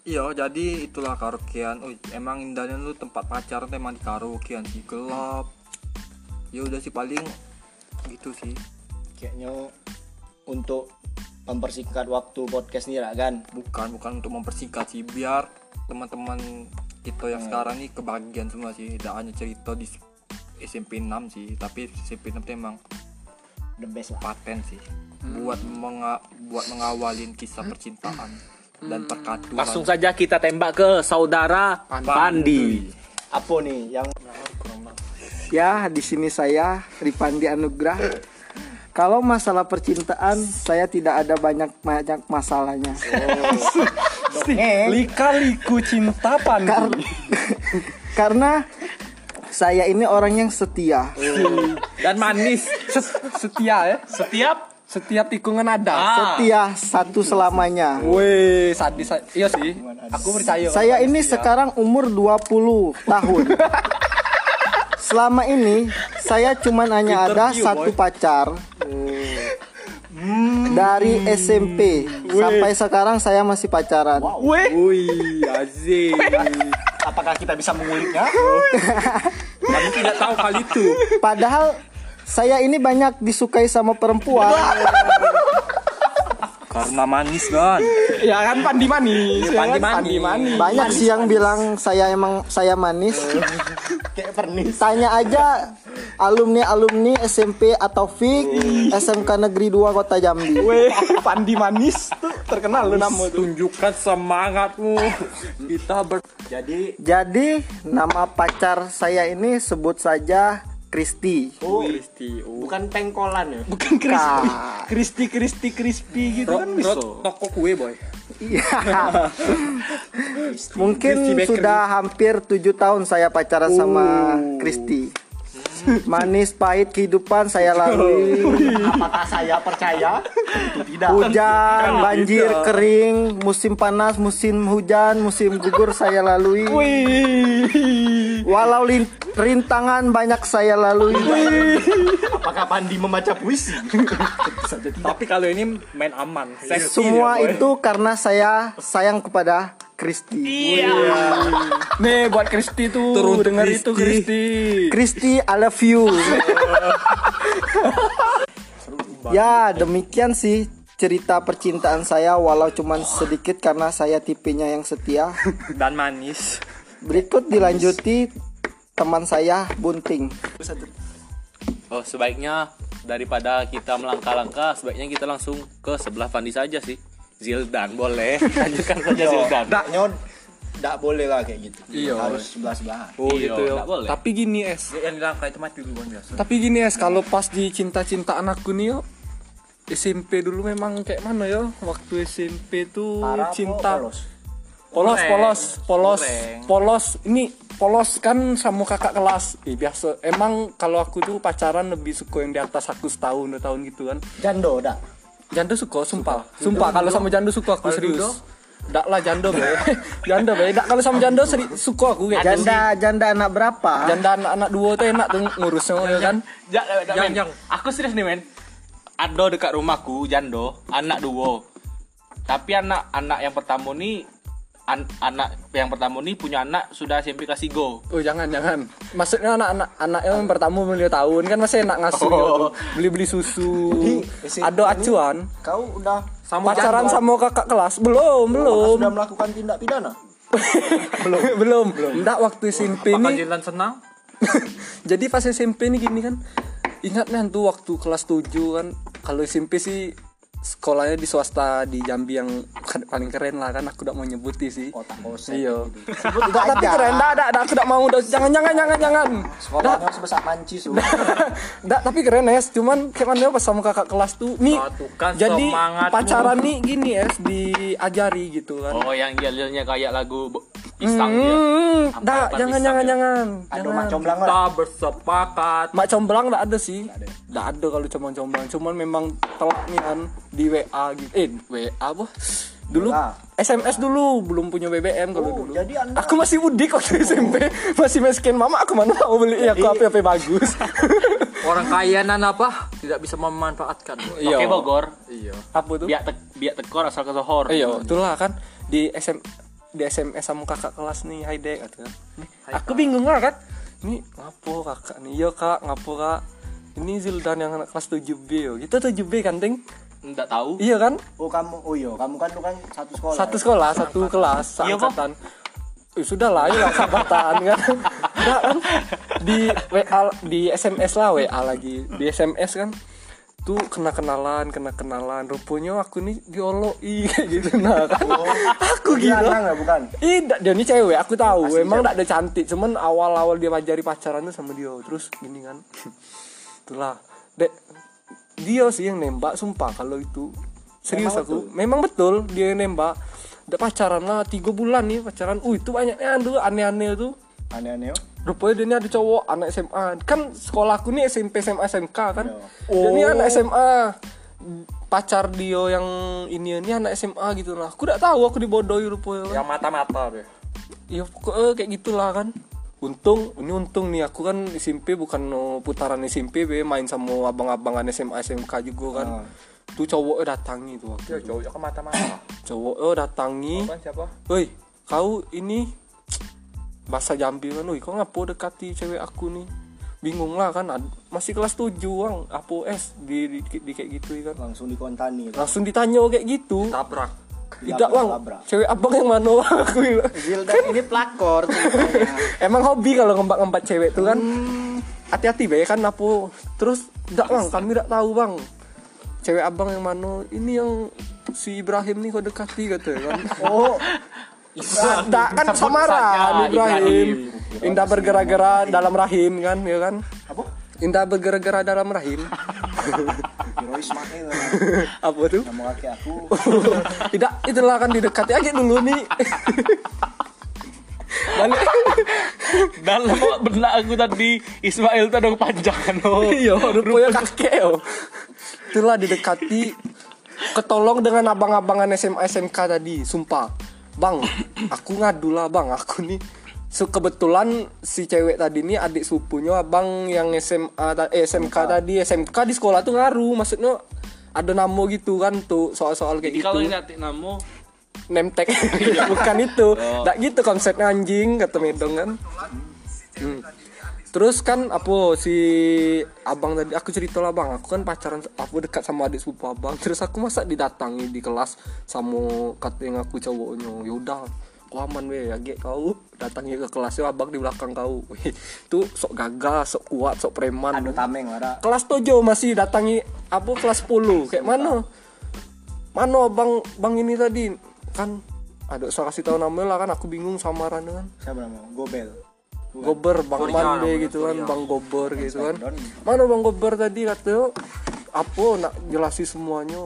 S1: Iya, jadi itulah karaokean. Oh, emang indahnya lu tempat pacaran tuh emang di karaokean sih gelap. Ya udah sih paling gitu sih.
S5: kayaknya untuk mempersingkat waktu podcast nih lah kan
S1: bukan bukan untuk mempersingkat sih biar teman-teman kita
S4: Hmm.
S1: yang sekarang nih kebagian semua sih tidak hanya cerita di SMP 6 sih tapi SMP 6 tuh emang
S5: the best lah
S1: paten sih
S4: Hmm.
S1: buat menga- buat mengawalin kisah percintaan dan
S4: Hmm.
S1: perkaturan
S3: Langsung saja kita tembak ke saudara Pandi.
S5: apa nih yang
S6: Ya, di sini saya Ripandi Anugrah. Kalau masalah percintaan, saya tidak ada banyak banyak masalahnya.
S4: Lika-liku cinta
S6: Kar-
S4: pandu.
S6: karena saya ini orang yang setia.
S1: dan manis
S4: Se- Setia ya.
S3: Setiap
S4: Setiap tikungan
S1: Ah.
S4: ada.
S6: Setia satu selamanya.
S4: Weh, sadis. sadis. Iya sih. Aku percaya.
S6: Saya ini sekarang umur 20 tahun. Selama ini saya cuman hanya ada satu pacar. Dari SMP sampai sekarang saya masih pacaran.
S4: Wih, aziz.
S5: apakah kita bisa menguliknya
S1: kami tidak tahu hal itu
S6: Padahal saya ini banyak disukai sama perempuan.
S1: karena manis kan
S4: Ya kan pandi manis. ya
S1: Pandi
S4: kan?
S1: manis.
S6: Banyak sih yang bilang saya emang saya manis.
S5: kayak pernis
S6: Tanya aja alumni-alumni SMP atau FIK SMK Negeri 2 Kota Jambi.
S4: Weh, pandi manis tuh terkenal lu nama tuh.
S1: tunjukkan semangatmu kita ber
S5: jadi
S6: Jadi nama pacar saya ini sebut saja Kristi.
S5: oh, bukan pengkolan ya
S4: Bukan crispy. Crispy, crispy, crispy gitu kan bisa.
S1: toko kue boy
S6: Iya.
S4: Oh.
S6: Mungkin sudah hampir tujuh tahun saya pacaran sama Kristi. manis pahit kehidupan saya lalui
S5: Apakah saya percaya? Tentu tidak.
S6: hujan banjir kering musim panas musim hujan musim gugur saya lalui walau lin- rintangan banyak saya lalui
S5: Apakah Pandi membaca puisi?
S1: Tapi kalau ini main aman. Safety ya,
S6: semua
S1: boy.
S6: itu karena saya sayang kepada Kristi
S4: Nih buat Kristi tuh
S1: Turun
S4: dengar
S1: Kristi.
S4: itu Kristi.
S6: Kristi I love you ya demikian sih cerita percintaan saya walau cuman sedikit karena saya tipenya yang setia
S1: dan manis.
S6: Berikut dilanjuti teman saya Bunting.
S3: Oh, sebaiknya daripada kita melangkah-langkah, sebaiknya kita langsung ke sebelah Fandi saja sih. Zildan boleh. Lanjutkan saja Zildan.
S5: Taknya tidak boleh lah kayak gitu. Iya. Harus sebelah sebelahan.
S4: Oh
S3: Iya,
S4: gitu ya.
S3: nggak boleh.
S4: Tapi gini es.
S1: Yang dilangkah itu mati duluan biasa.
S4: Tapi gini es kalau pas di cinta-cintaan aku nih yo. SMP dulu memang kayak mana yo? Waktu SMP tuh
S5: Parah apa
S4: cinta
S5: polos?
S4: Polos,
S1: Goreng.
S4: polos, polos,
S1: Goreng.
S4: polos. Ini polos kan sama kakak kelas. Ih, biasa. Emang kalau aku tuh pacaran lebih suka yang di atas aku setahun, dua tahun gitu kan.
S5: Jando, dak.
S4: Jando suka, sumpah. Sumpah, kalau sama Jando suka aku serius. Dak lah Jando be. Jando be. Dak kalau sama Jando seri, suka aku kayak gitu.
S6: Janda Ya, janda anak berapa?
S4: Janda anak-anak duo tuh enak tuh ngurusnya ya kan.
S3: Ja, eh,
S1: Jang,
S3: men.
S1: jang.
S3: Aku serius nih, men. Ado dekat rumahku, Jando, anak duo. Tapi anak anak yang pertama nih an- anak yang pertama nih punya anak sudah SMP kelas 3.
S4: Oh jangan jangan. Maksudnya anak-anak anak yang pertama beliau tahun kan masih enak ngasuh. Beli-beli susu. Ada acuan.
S5: Kau udah
S4: pacaran sama kakak kelas belum
S5: Apakah
S4: belum
S5: sudah melakukan tindak pidana?
S4: belum belum enggak waktu SMP
S1: Apakah
S4: ini
S1: Jilan senang?
S4: jadi pas SMP ini gini kan ingat nih tuh waktu kelas 7 kan kalau SMP sih sekolahnya di swasta di Jambi yang ke- paling keren lah kan aku udah mau nyebuti sih
S5: Otak kosong.
S4: iya
S5: Oh, Sebut gitu.
S4: Nggak, tapi keren enggak enggak enggak, aku enggak mau enggak, jangan jangan jangan jangan
S5: Sekolahnya sebesar panci su.
S4: Nggak, tapi keren es cuman kayak mana pas sama kakak kelas tuh nih
S1: Satukan
S4: jadi
S1: semangatmu.
S4: pacaran nih gini es diajari gitu kan
S3: Oh, yang jalurnya kayak lagu bo- pisang dia.
S4: Hmm,
S3: Ampar-ampar
S4: dah,
S3: pisang
S4: jangan,
S3: dia.
S4: jangan, jangan,
S5: Ada
S4: jangan.
S5: mak comblang lah.
S1: Kita bersepakat.
S4: Mak comblang nggak ada ya? sih. Nggak ada kalau cuman comblang. Cuman memang telat nih kan di WA gitu. Eh, WA apa? Dulu
S5: WA.
S4: SMS dulu, belum punya BBM kalau dulu.
S5: jadi Anda-
S4: Aku masih udik waktu SMP, masih miskin. Mama aku mana mau beli Ya, aku HP-HP bagus.
S1: Orang kaya nan apa? Tidak bisa memanfaatkan.
S3: Oke,
S4: Iya.
S3: Bogor.
S1: Iya.
S4: Apa tuh?
S3: Biak, te biak tekor asal ke Sohor.
S4: Iya, itulah kan di SM di SMS sama kakak kelas nih, hai dek kata. Nih, Aku bingung lah kan. Ini ngapo kakak nih? Iya kak, ngapo kak? Ini Zildan yang anak kelas 7B yo. Kita 7B kan, Ting?
S3: Enggak tahu.
S4: Iya kan?
S5: Oh kamu, oh iya, kamu kan lu kan satu sekolah.
S4: Satu sekolah, satu kelas,
S3: Iya, Pak.
S4: seangkatan. Eh, sudah lah, ayolah sahabatan kan. Udah kan? Di WA, di SMS lah WA lagi. Di SMS kan tuh kena kenalan, kena kenalan. Rupanya aku nih dioloi kayak gitu nah. Kan? aku
S5: Gila,
S4: gila.
S5: enggak bukan?
S4: Ih, nggak, dia ini cewek, aku tahu. Emang gak ada cantik, cuman awal-awal dia majari pacaran tuh sama dia. Terus gini kan. Itulah. Dek, dia sih yang nembak, sumpah kalau itu. Serius aku. Memang betul dia yang nembak. Udah pacaran lah 3 bulan nih pacaran. Uh, itu banyaknya aduh aneh-aneh oh. tuh.
S5: Aneh-aneh. yo.
S4: Rupanya dia ini ada cowok anak SMA. Kan sekolahku nih SMP SMA SMK kan. Dia ini anak SMA. Pacar dia yang ini ini anak SMA gitu lah. Aku gak tahu aku dibodohi rupanya.
S1: Yang mata-mata deh.
S4: Iya pokoknya kayak gitulah kan. Untung, ini untung nih aku kan SMP bukan eh, putaran SMP be main sama abang-abangan SMA SMK juga kan. Tuh cowok eh, datangi tuh waktu. itu.
S1: Jauh-jauh ke mata-mata.
S4: Cowok eh, datangi.
S1: Kan siapa?
S4: Woi, kau ini bahasa Jambi kan, woi kau ngapo dekati cewek aku nih? Bingung lah kan, ad- masih kelas 7 ang, apo es di, di, di kayak gitu ya kan.
S5: Langsung dikontani.
S4: Langsung ditanya kayak gitu.
S1: Tabrak.
S4: Tidak bang,
S5: Labrak.
S4: cewek abang yang mana Wang?" aku bilang.
S6: Zildan ini pelakor.
S4: Emang hobi kalau ngembat-ngembat cewek tuh kan.
S5: Hmm.
S4: Hati-hati be kan aku. Terus enggak bang, kami enggak tahu bang. Cewek abang yang mana? Ini yang si Ibrahim nih kau dekati katanya kan.
S5: Oh,
S4: Enggak kan samaran Ibrahim. Indah bergera-gera dalam rahim kan, ya kan?
S5: Apa?
S4: Indah bergera-gera dalam rahim.
S5: Hero Ismail.
S4: Apa tuh?
S5: Kamu kaki aku.
S4: Tidak, itulah kan didekati aja dulu nih. balik
S3: Dalam benak aku tadi Ismail tuh ada panjang kan, no.
S4: iya rupanya kakek yo itulah didekati ketolong dengan abang-abangan SMA SMK tadi sumpah bang aku ngadu lah bang aku nih So, kebetulan si cewek tadi nih adik supunya abang yang SMA ta- eh, SMK tadi SMK di sekolah tuh ngaruh maksudnya ada namo gitu kan tuh soal-soal kayak
S3: Jadi
S4: gitu
S3: kalau ini nanti namo
S4: nemtek bukan itu nggak gitu konsepnya anjing kata Medong kan Hmm. terus kan apa si abang tadi aku cerita lah bang aku kan pacaran aku dekat sama adik sepupu abang terus aku masa didatangi di kelas sama kata yang aku cowoknya yaudah kau aman weh ya Gek, kau datangi ke kelas yo abang di belakang kau Weh, tuh sok gagah sok kuat sok preman
S2: Aduh tameng lara.
S4: kelas tojo masih datangi apa kelas 10 kayak mana mana bang bang ini tadi kan ada saya kasih tahu namanya lah kan aku bingung samaran kan
S2: Siapa namanya? Gobel.
S4: gober bang mande gitu kan bang gober gitu kan mana bang gober tadi katanya apa nak jelasin semuanya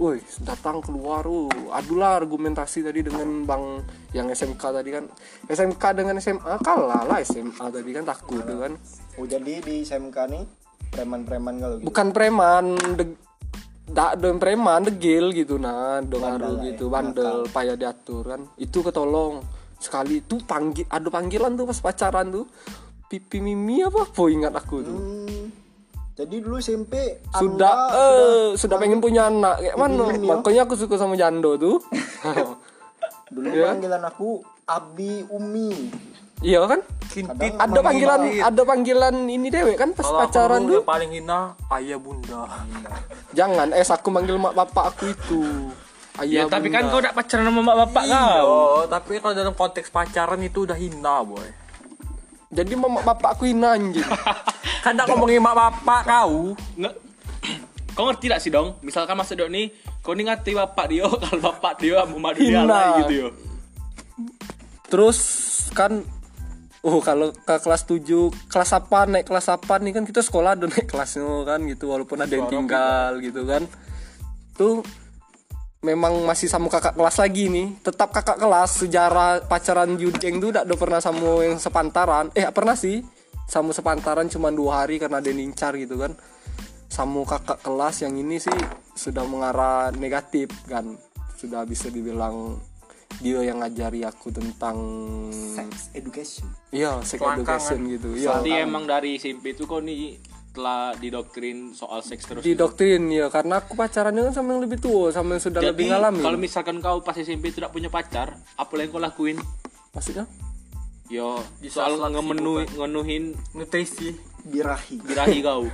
S4: Woi, datang keluar, wuh. adulah argumentasi tadi dengan bang yang SMK tadi kan, SMK dengan SMA kalah lah SMA tadi kan takut tuh kan,
S2: Oh jadi di SMK nih preman-preman kalau gitu.
S4: bukan preman deg dak don preman degil gitu nah dong
S2: ya,
S4: aduh gitu bandel payah diatur kan itu ketolong sekali itu panggil ada panggilan tuh pas pacaran tuh pipi mimi apa apa ingat aku tuh
S2: Hmm, jadi dulu SMP Anda
S4: sudah eh sudah, pengen punya anak kayak mana
S2: Iya.
S4: makanya aku suka sama jando tuh Ya.
S2: dulu panggilan aku Abi Umi.
S4: iya kan
S1: kintit Iya.
S4: ada panggilan ada panggilan ini dewek kan pas
S1: Kalau aku
S4: pacaran
S1: dulu
S4: tuh
S1: yang paling hina ayah bunda
S4: jangan es aku manggil mak bapak aku itu ayah
S3: Ya, Iya. tapi kan
S4: bunda.
S3: kau udah pacaran sama mak bapak kau
S1: oh tapi kalau dalam konteks pacaran itu udah hina boy
S4: jadi mama bapak aku ini anjing
S1: kan tak ngomongin mak bapak kau
S3: Nge- Kau ngerti tak sih dong? Misalkan masuk dok nih Kau nih ngerti bapak dia Kalau bapak dia sama mak dunia
S4: Hina.
S3: lah gitu yo
S4: Terus kan Oh kalau ke kelas 7 Kelas apa naik kelas apa nih kan kita sekolah ada naik kelasnya kan gitu Walaupun ada yang tinggal gitu kan Tuh memang masih sama kakak kelas lagi nih tetap kakak kelas sejarah pacaran Yudeng tuh udah pernah sama yang sepantaran eh pernah sih sama sepantaran cuma dua hari karena ada yang incar gitu kan sama kakak kelas yang ini sih sudah mengarah negatif kan sudah bisa dibilang dia yang ngajari aku tentang
S2: Sex education.
S4: iya sex education gitu iya
S3: Berarti emang dari SMP itu kau nih Telah didoktrin soal seks terus
S4: di doktrin ya karena aku pacarannya kan sama yang lebih tua sama yang sudah lebih
S3: Jadi
S4: gitu. ngalami
S3: kalau misalkan kau pas SMP tidak punya pacar Apa yang kau lakuin?
S4: maksudnya
S3: Yo, soal ngemenuhi ngenuhin
S1: nutrisi
S2: Birahi.
S3: birahi kau.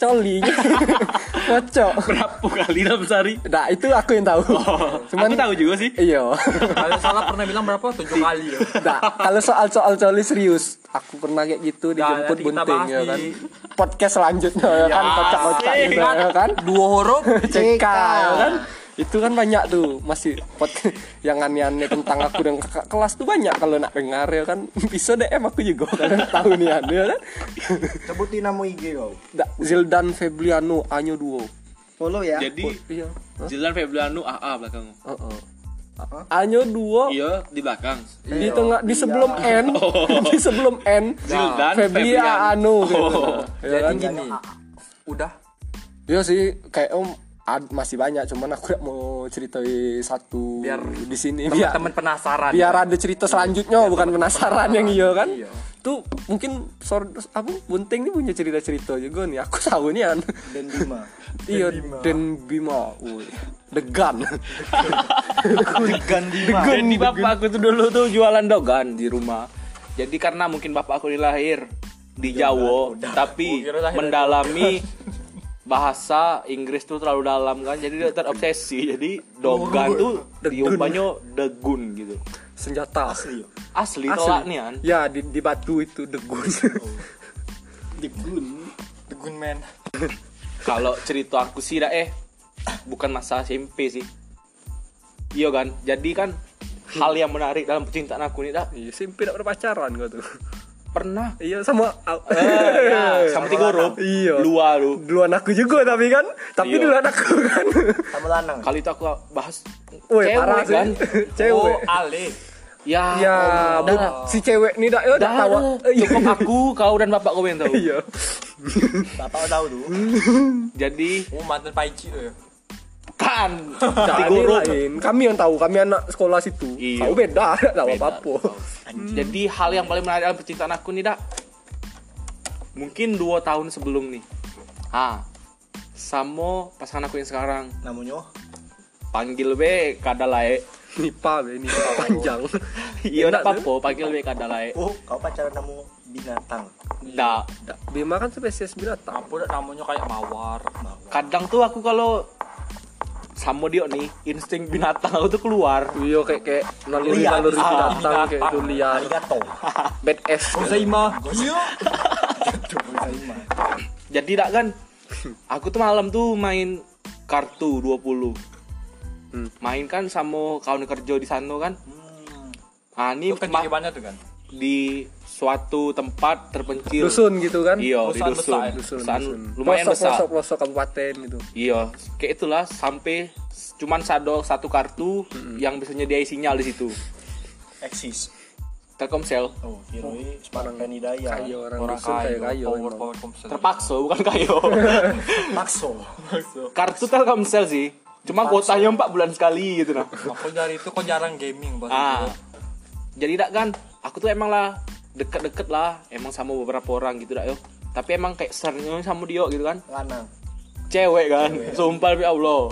S4: coli kocok
S3: Berapa kali dalam sehari?
S4: Nah itu aku yang tahu.
S3: Aku tahu juga sih.
S4: Iya.
S1: kalau salah pernah bilang berapa tujuh kali ya
S4: Nah, kalau soal-soal coli serius, aku pernah kayak gitu dijemput
S1: nanti kita
S4: bunting
S1: bahas
S4: ya kan.
S1: di-
S4: Podcast selanjutnya ya kan kocak-kocak gitu ya kan.
S1: dua huruf
S4: CK ya kan. Itu kan banyak tuh masih pot yang aneh-aneh tentang aku dan kakak kelas tuh banyak kalau nak dengar ya kan. Bisa DM aku juga kan tahu nih aneh ya kan.
S2: Sebutin nama IG kau.
S4: Nah, Zildan Febliano Anyo Duo.
S2: Follow ya.
S3: Jadi
S4: Iya.
S3: Jilan Febriano AA ah, belakang.
S4: Heeh. Anyo Duo
S3: Iya, di belakang.
S4: di tengah di sebelum
S1: Iya.
S4: N
S1: Oh.
S4: di sebelum N
S3: Zildan
S4: Febri
S3: Febrian.
S4: Anu gitu ya kan
S1: jadi gini udah
S4: Iya sih kayak om ad- masih banyak cuman aku nggak mau ceritain satu
S1: Biar
S4: di sini biar
S1: teman-teman penasaran
S4: biar ada cerita selanjutnya bukan penasaran yang iya kan
S1: Iya.
S4: tuh mungkin sor apa bunting nih punya cerita cerita juga nih aku tahu nih an
S2: Dan Bima.
S4: iya Den Bima Woi. degan
S2: Degan Bima.
S3: Jadi bapak aku tuh dulu tuh jualan dogan di rumah. Jadi karena mungkin bapak aku dilahir di Jawa, tapi mendalami bahasa Inggris tuh terlalu dalam kan, jadi dia terobsesi. Jadi dogan tuh diubahnya degun gitu.
S4: senjata
S3: Asli, tolak nih kan.
S4: ya di, di batu itu degun Oh.
S1: degun men
S3: Kalau cerita aku sih dah eh bukan masalah SMP sih. Iya kan? Jadi kan hal yang menarik dalam percintaan aku ini dah
S4: iya sih tidak pernah pacaran gua tuh
S3: pernah
S4: Iya sama
S3: Eh, sama tiga huruf
S4: Iya.
S3: luar lu.
S4: duluan aku juga tapi kan tapi
S3: Iya.
S4: duluan aku kan
S2: Sama lanang.
S3: Kali itu aku bahas
S4: Woi
S3: cewek
S4: parah sih
S3: kan.
S4: cewek
S1: oh ale
S3: Ya,
S4: ya
S3: Allah.
S4: bu,
S3: Dah lah.
S4: si cewek ini dah ya
S3: Dah
S4: dah tawa
S3: lah. Cukup aku, kau dan bapak kau yang tahu.
S4: iya
S7: Bapak tahu tuh.
S3: Jadi
S7: Oh mantan paici tuh. ya.
S3: kan
S4: Jadi
S3: digorok.
S4: lain kami yang tahu kami anak sekolah situ
S3: Iya.
S4: kau beda nggak tahu apa apa
S3: Hmm. Jadi hal yang paling menarik dalam percintaan aku nih, Dak. Mungkin dua tahun sebelum nih. Ah. Samo pasangan aku yang sekarang
S7: Namanya
S3: panggil be kadalae.
S4: nipa be nipa panjang
S3: Iya
S4: Enak
S3: ndak apa-apa, panggil be kadalae.
S7: Oh, kau pacaran kamu binatang.
S3: Ndak.
S4: tuh. Bima kan spesies binatang
S7: Apa namanya kayak mawar. Mawar.
S3: Kadang tuh aku kalau sama dia nih, insting binatang aku tuh keluar.
S4: Iya kayak kayak naluri
S7: Lihat.
S4: naluri
S7: Ah,
S4: binatang kayak itu liar
S7: Arigato.
S4: bad ass
S7: Gozaima. Iya. Gozaima.
S3: Jadi dak kan aku tuh malam tuh main kartu 20.
S7: Hmm.
S3: Main kan sama kawan kerja di sana kan. Ah, ini
S7: Itu kan
S3: ma-
S7: di mana tuh kan?
S3: di suatu tempat terpencil.
S4: dusun gitu kan
S3: Iya, di
S7: Dusun
S3: dusun.
S7: besar.
S4: dusun,
S3: Dusun
S4: dusun.
S3: lumayan
S4: pelosok,
S3: besar.
S4: pelosok pelosok kabupaten gitu
S3: Iya, kayak itulah sampai s- cuman sado satu kartu yang bisa nyediain sinyal di situ.
S7: Eksis.
S3: Telkomsel
S7: Oh, Hiroi, Spartan Hidayah.
S4: kayo orang, dusun kayak kayo
S7: Power
S4: emang.
S7: Power Komsel.
S3: terpaksa bukan kayo.
S7: Makso.
S3: kartu Telkomsel sih. Cuma kuotanya 4 bulan sekali gitu nah.
S7: Aku dari itu kok jarang gaming, Bang.
S3: Ah. Jadi dak kan, aku tuh emang lah deket-deket lah, emang sama beberapa orang gitu dak yo. Tapi emang kayak seringnya sama dia gitu kan.
S7: Lanang.
S3: cewek kan sumpah demi Allah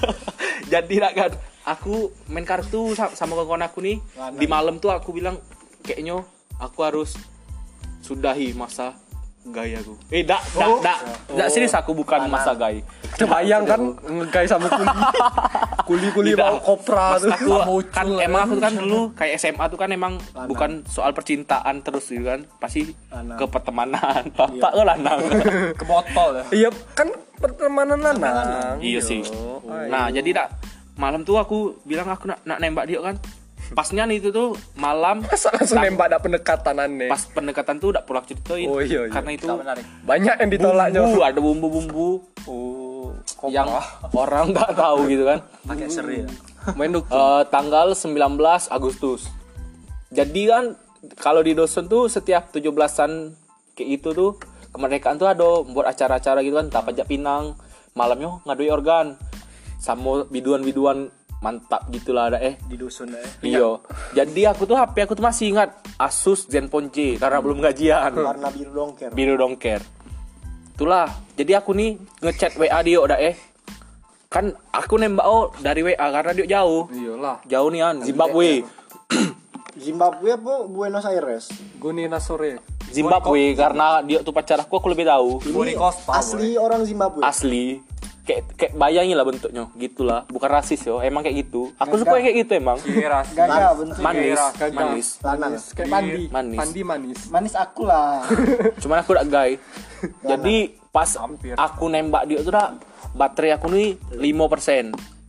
S3: jadi lah kan aku main kartu sa- sama kawan aku nih
S7: Lanang.
S3: di malam tuh aku bilang kayaknya aku harus sudahi masa gayaku eh dak dak
S4: Oh.
S3: dak dak serius aku bukan masa gay
S4: Kebayang kan ngegai sama kuli kuli kuli
S3: Tidak.
S4: bawa kopra
S3: Maksud
S4: tuh
S3: aku kan emang aku tuh kan dulu kayak SMA tuh kan emang bukan soal percintaan terus gitu kan pasti ke pertemanan bapak ke lanang
S7: Ke botol ya.
S4: iya kan pertemanan lanang
S3: Iya sih. Nah, jadi nak malam tuh aku bilang aku nak, nak nembak dia kan. Pasnya nih itu tuh malam
S4: masa langsung nembak ada pendekatan aneh
S3: pas pendekatan tuh udah pulang ceritain.
S4: Oh, iya, iya.
S3: Karena itu
S7: Menarik.
S4: banyak yang Oh, ditolaknya
S3: bumbu, ada bumbu-bumbu yang orang nggak tahu gitu kan.
S7: Pakai seri ya.
S4: main duk
S3: Eh, tanggal 19 Agustus. Jadi kan kalau di dosen tuh setiap 17-an kayak gitu tuh kemerdekaan tuh ada buat acara-acara gitu kan, tak pajak pinang, malamnya ngadui organ. Sama biduan-biduan mantap gitulah ada eh.
S7: Di dusun ya.
S3: Iya. Jadi aku tuh HP aku tuh masih ingat Asus Zenfone C karena belum gajian.
S2: Hmm.
S7: Warna biru dongker.
S3: Biru don't care. Itulah. Jadi aku nih ngechat WA dia udah eh. Kan aku nembak oh dari WA karena dia jauh.
S4: iyalah
S3: Jauh nih kan Zimbabwe.
S6: Zimbabwe apa Buenos Aires?
S4: gunina sore
S3: Zimbabwe karena dia tuh pacar aku aku lebih tahu.
S7: Ini Costa.
S6: Asli orang Zimbabwe.
S3: Asli. Kayak kayak bayangin lah bentuknya gitulah. Bukan rasis yo, emang kayak gitu. Aku suka yang kayak gitu emang.
S7: Kiras.
S2: Iya,
S6: Gagal bentuk
S3: Manis, manis,
S6: lanang.
S4: kayak mandi
S3: manis.
S4: mandi manis
S6: Manis aku lah.
S3: Cuman aku udah gay. Jadi pas aku nembak dia tuh dah baterai aku nih 5%.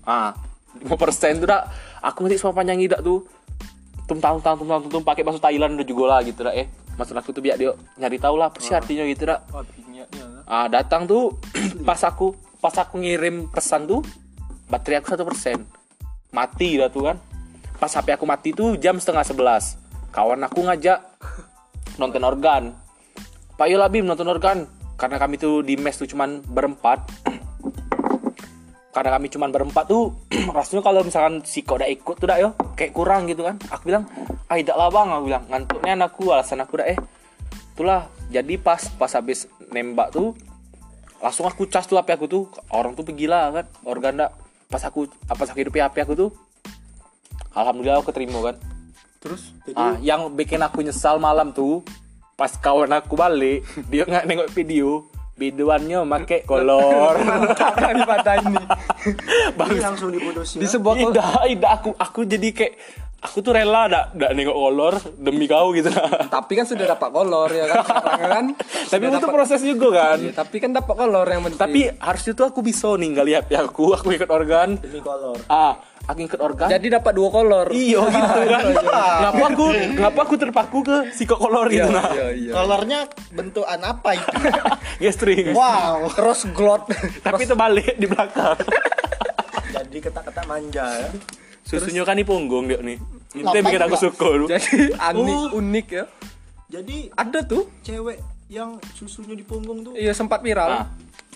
S3: Ah, 5% tuh dah aku masih semua panjang hidup tuh. Tum tang tang tum tang tum tum, pakai bahasa Thailand udah juga lah gitu dah eh. Maksud aku tuh biar dia nyari tahu lah apa sih artinya gitu dah. Ah, datang tuh pas aku pas aku ngirim pesan tuh baterai aku satu persen mati dah tuh kan pas HP aku mati tuh jam setengah sebelas kawan aku ngajak nonton organ Pak Yola Bim nonton organ karena kami tuh di mes tuh cuman berempat karena kami cuman berempat tuh rasanya kalau misalkan si kau udah ikut tuh dah yo kayak kurang gitu kan aku bilang ah tidak lah bang aku bilang ngantuknya anakku alasan aku dah eh itulah jadi pas pas habis nembak tuh langsung aku cas tuh HP aku tuh orang tuh penggila kan organ dah pas aku apa sakit hidup HP aku tuh alhamdulillah aku keterima kan terus ah yang bikin aku nyesal malam tuh pas kawan aku balik dia nggak nengok video biduannya make kolor
S4: kan pada ini
S3: Bang, langsung diputusin. Di sebuah Ida, Ida aku aku jadi kayak aku tuh rela dak dak nengok kolor demi kau gitu lah.
S4: tapi kan sudah dapat kolor ya kan sekarang kan
S3: Tapi
S4: Sudah
S3: itu
S4: dapat-
S3: proses juga kan.
S4: Iya, tapi kan dapat kolor yang penting
S3: Tapi harusnya tuh aku bisa ninggal ya aku, aku ikut organ.
S7: Ini kolor.
S3: Ah, aku ikut organ.
S4: Iya. jadi Iya. dapat dua kolor
S5: Iya.
S3: iyo gitu kan. ngapa aku ngapa aku terpaku ke psikokolor itu nah.
S4: iya
S7: Kolornya bentukan apa itu?
S3: Gestring.
S7: Wow.
S4: cross glot
S3: Tapi terbalik di belakang.
S7: Jadi ketak-ketak manja ya.
S3: Susunya kan di punggung dia nih. Itu yang bikin aku suka dulu.
S4: Jadi unik, unik ya.
S5: Oh. Jadi
S4: Ada tuh.
S5: cewek yang susunya di punggung tuh Ah,
S4: Iya sempat viral.
S3: Nah,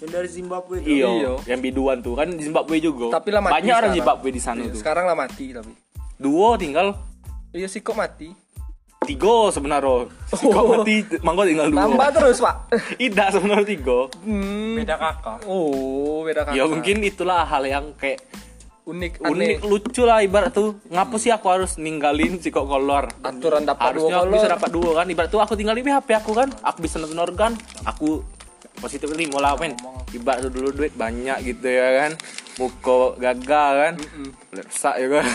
S5: yang dari Zimbabwe tuh.
S4: Iya.
S3: iyo, yang biduan tuh kan di Zimbabwe juga.
S4: Tapi lah mati
S3: Banyak orang
S4: sekarang.
S3: Zimbabwe di
S5: kan
S3: sana
S4: Iya,
S3: tuh.
S4: Sekarang lah mati tapi.
S3: Duo tinggal
S4: Iya sih kok mati.
S3: tiga
S4: Oh.
S3: sebenarnya. Si kok mati, mangko tinggal
S5: Iya.
S3: dua.
S4: Tambah terus pak.
S3: Ida sebenarnya tiga.
S1: beda kakak
S4: Oh beda kakak.
S3: Ya mungkin itulah hal yang kayak
S4: unik
S3: unik
S4: aneh.
S3: lucu lah ibarat tuh ngapa sih aku harus ninggalin si kok kolor
S4: Aturan dapat dua
S3: harusnya aku
S4: kolor.
S3: bisa dapat dua kan ibarat tuh aku tinggalin di HP aku kan aku bisa nonton organ aku positif lima lah men ibarat tuh dulu duit banyak gitu ya kan muka gagal kan rusak ya kan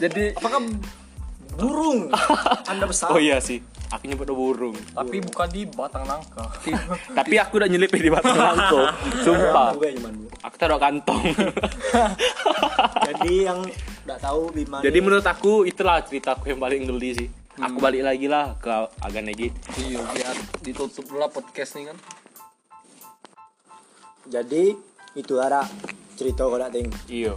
S4: Jadi
S5: Burung. Anda besar.
S3: oh iya sih aku nyebut ada burung
S1: tapi bukan di batang nangka
S5: Oh,
S3: tapi
S5: iya.
S3: aku udah nyelip di batang rangko sumpah
S5: Gue nyaman Bu.
S3: aku taruh kantong
S5: Jadi yang enggak tahu Bima
S3: Jadi
S5: nih,
S3: menurut aku itulah cerita aku yang paling geli sih. Aku balik lagi lah ke agak negit.
S4: iya biar ditutup dulu lah podcast nih kan.
S5: jadi itu arah cerita kau nak ting.
S3: Iyo.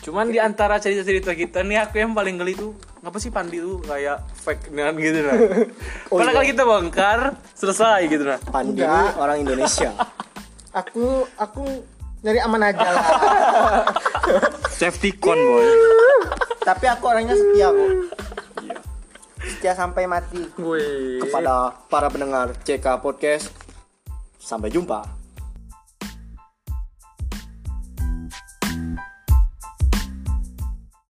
S3: Cuman di antara cerita-cerita kita nih aku yang paling geli tuh ngapa sih Pandi tuh kayak fake dengan gitu nah. Padahal kalau kita bongkar selesai gitu nah.
S5: Pandi
S6: Enggak.
S5: orang Indonesia.
S6: Aku aku nyari aman aja lah.
S3: Safety con boy.
S7: Tapi aku orangnya setia kok.
S6: Setia sampai mati.
S5: Kepada para pendengar CK Podcast. Sampai jumpa.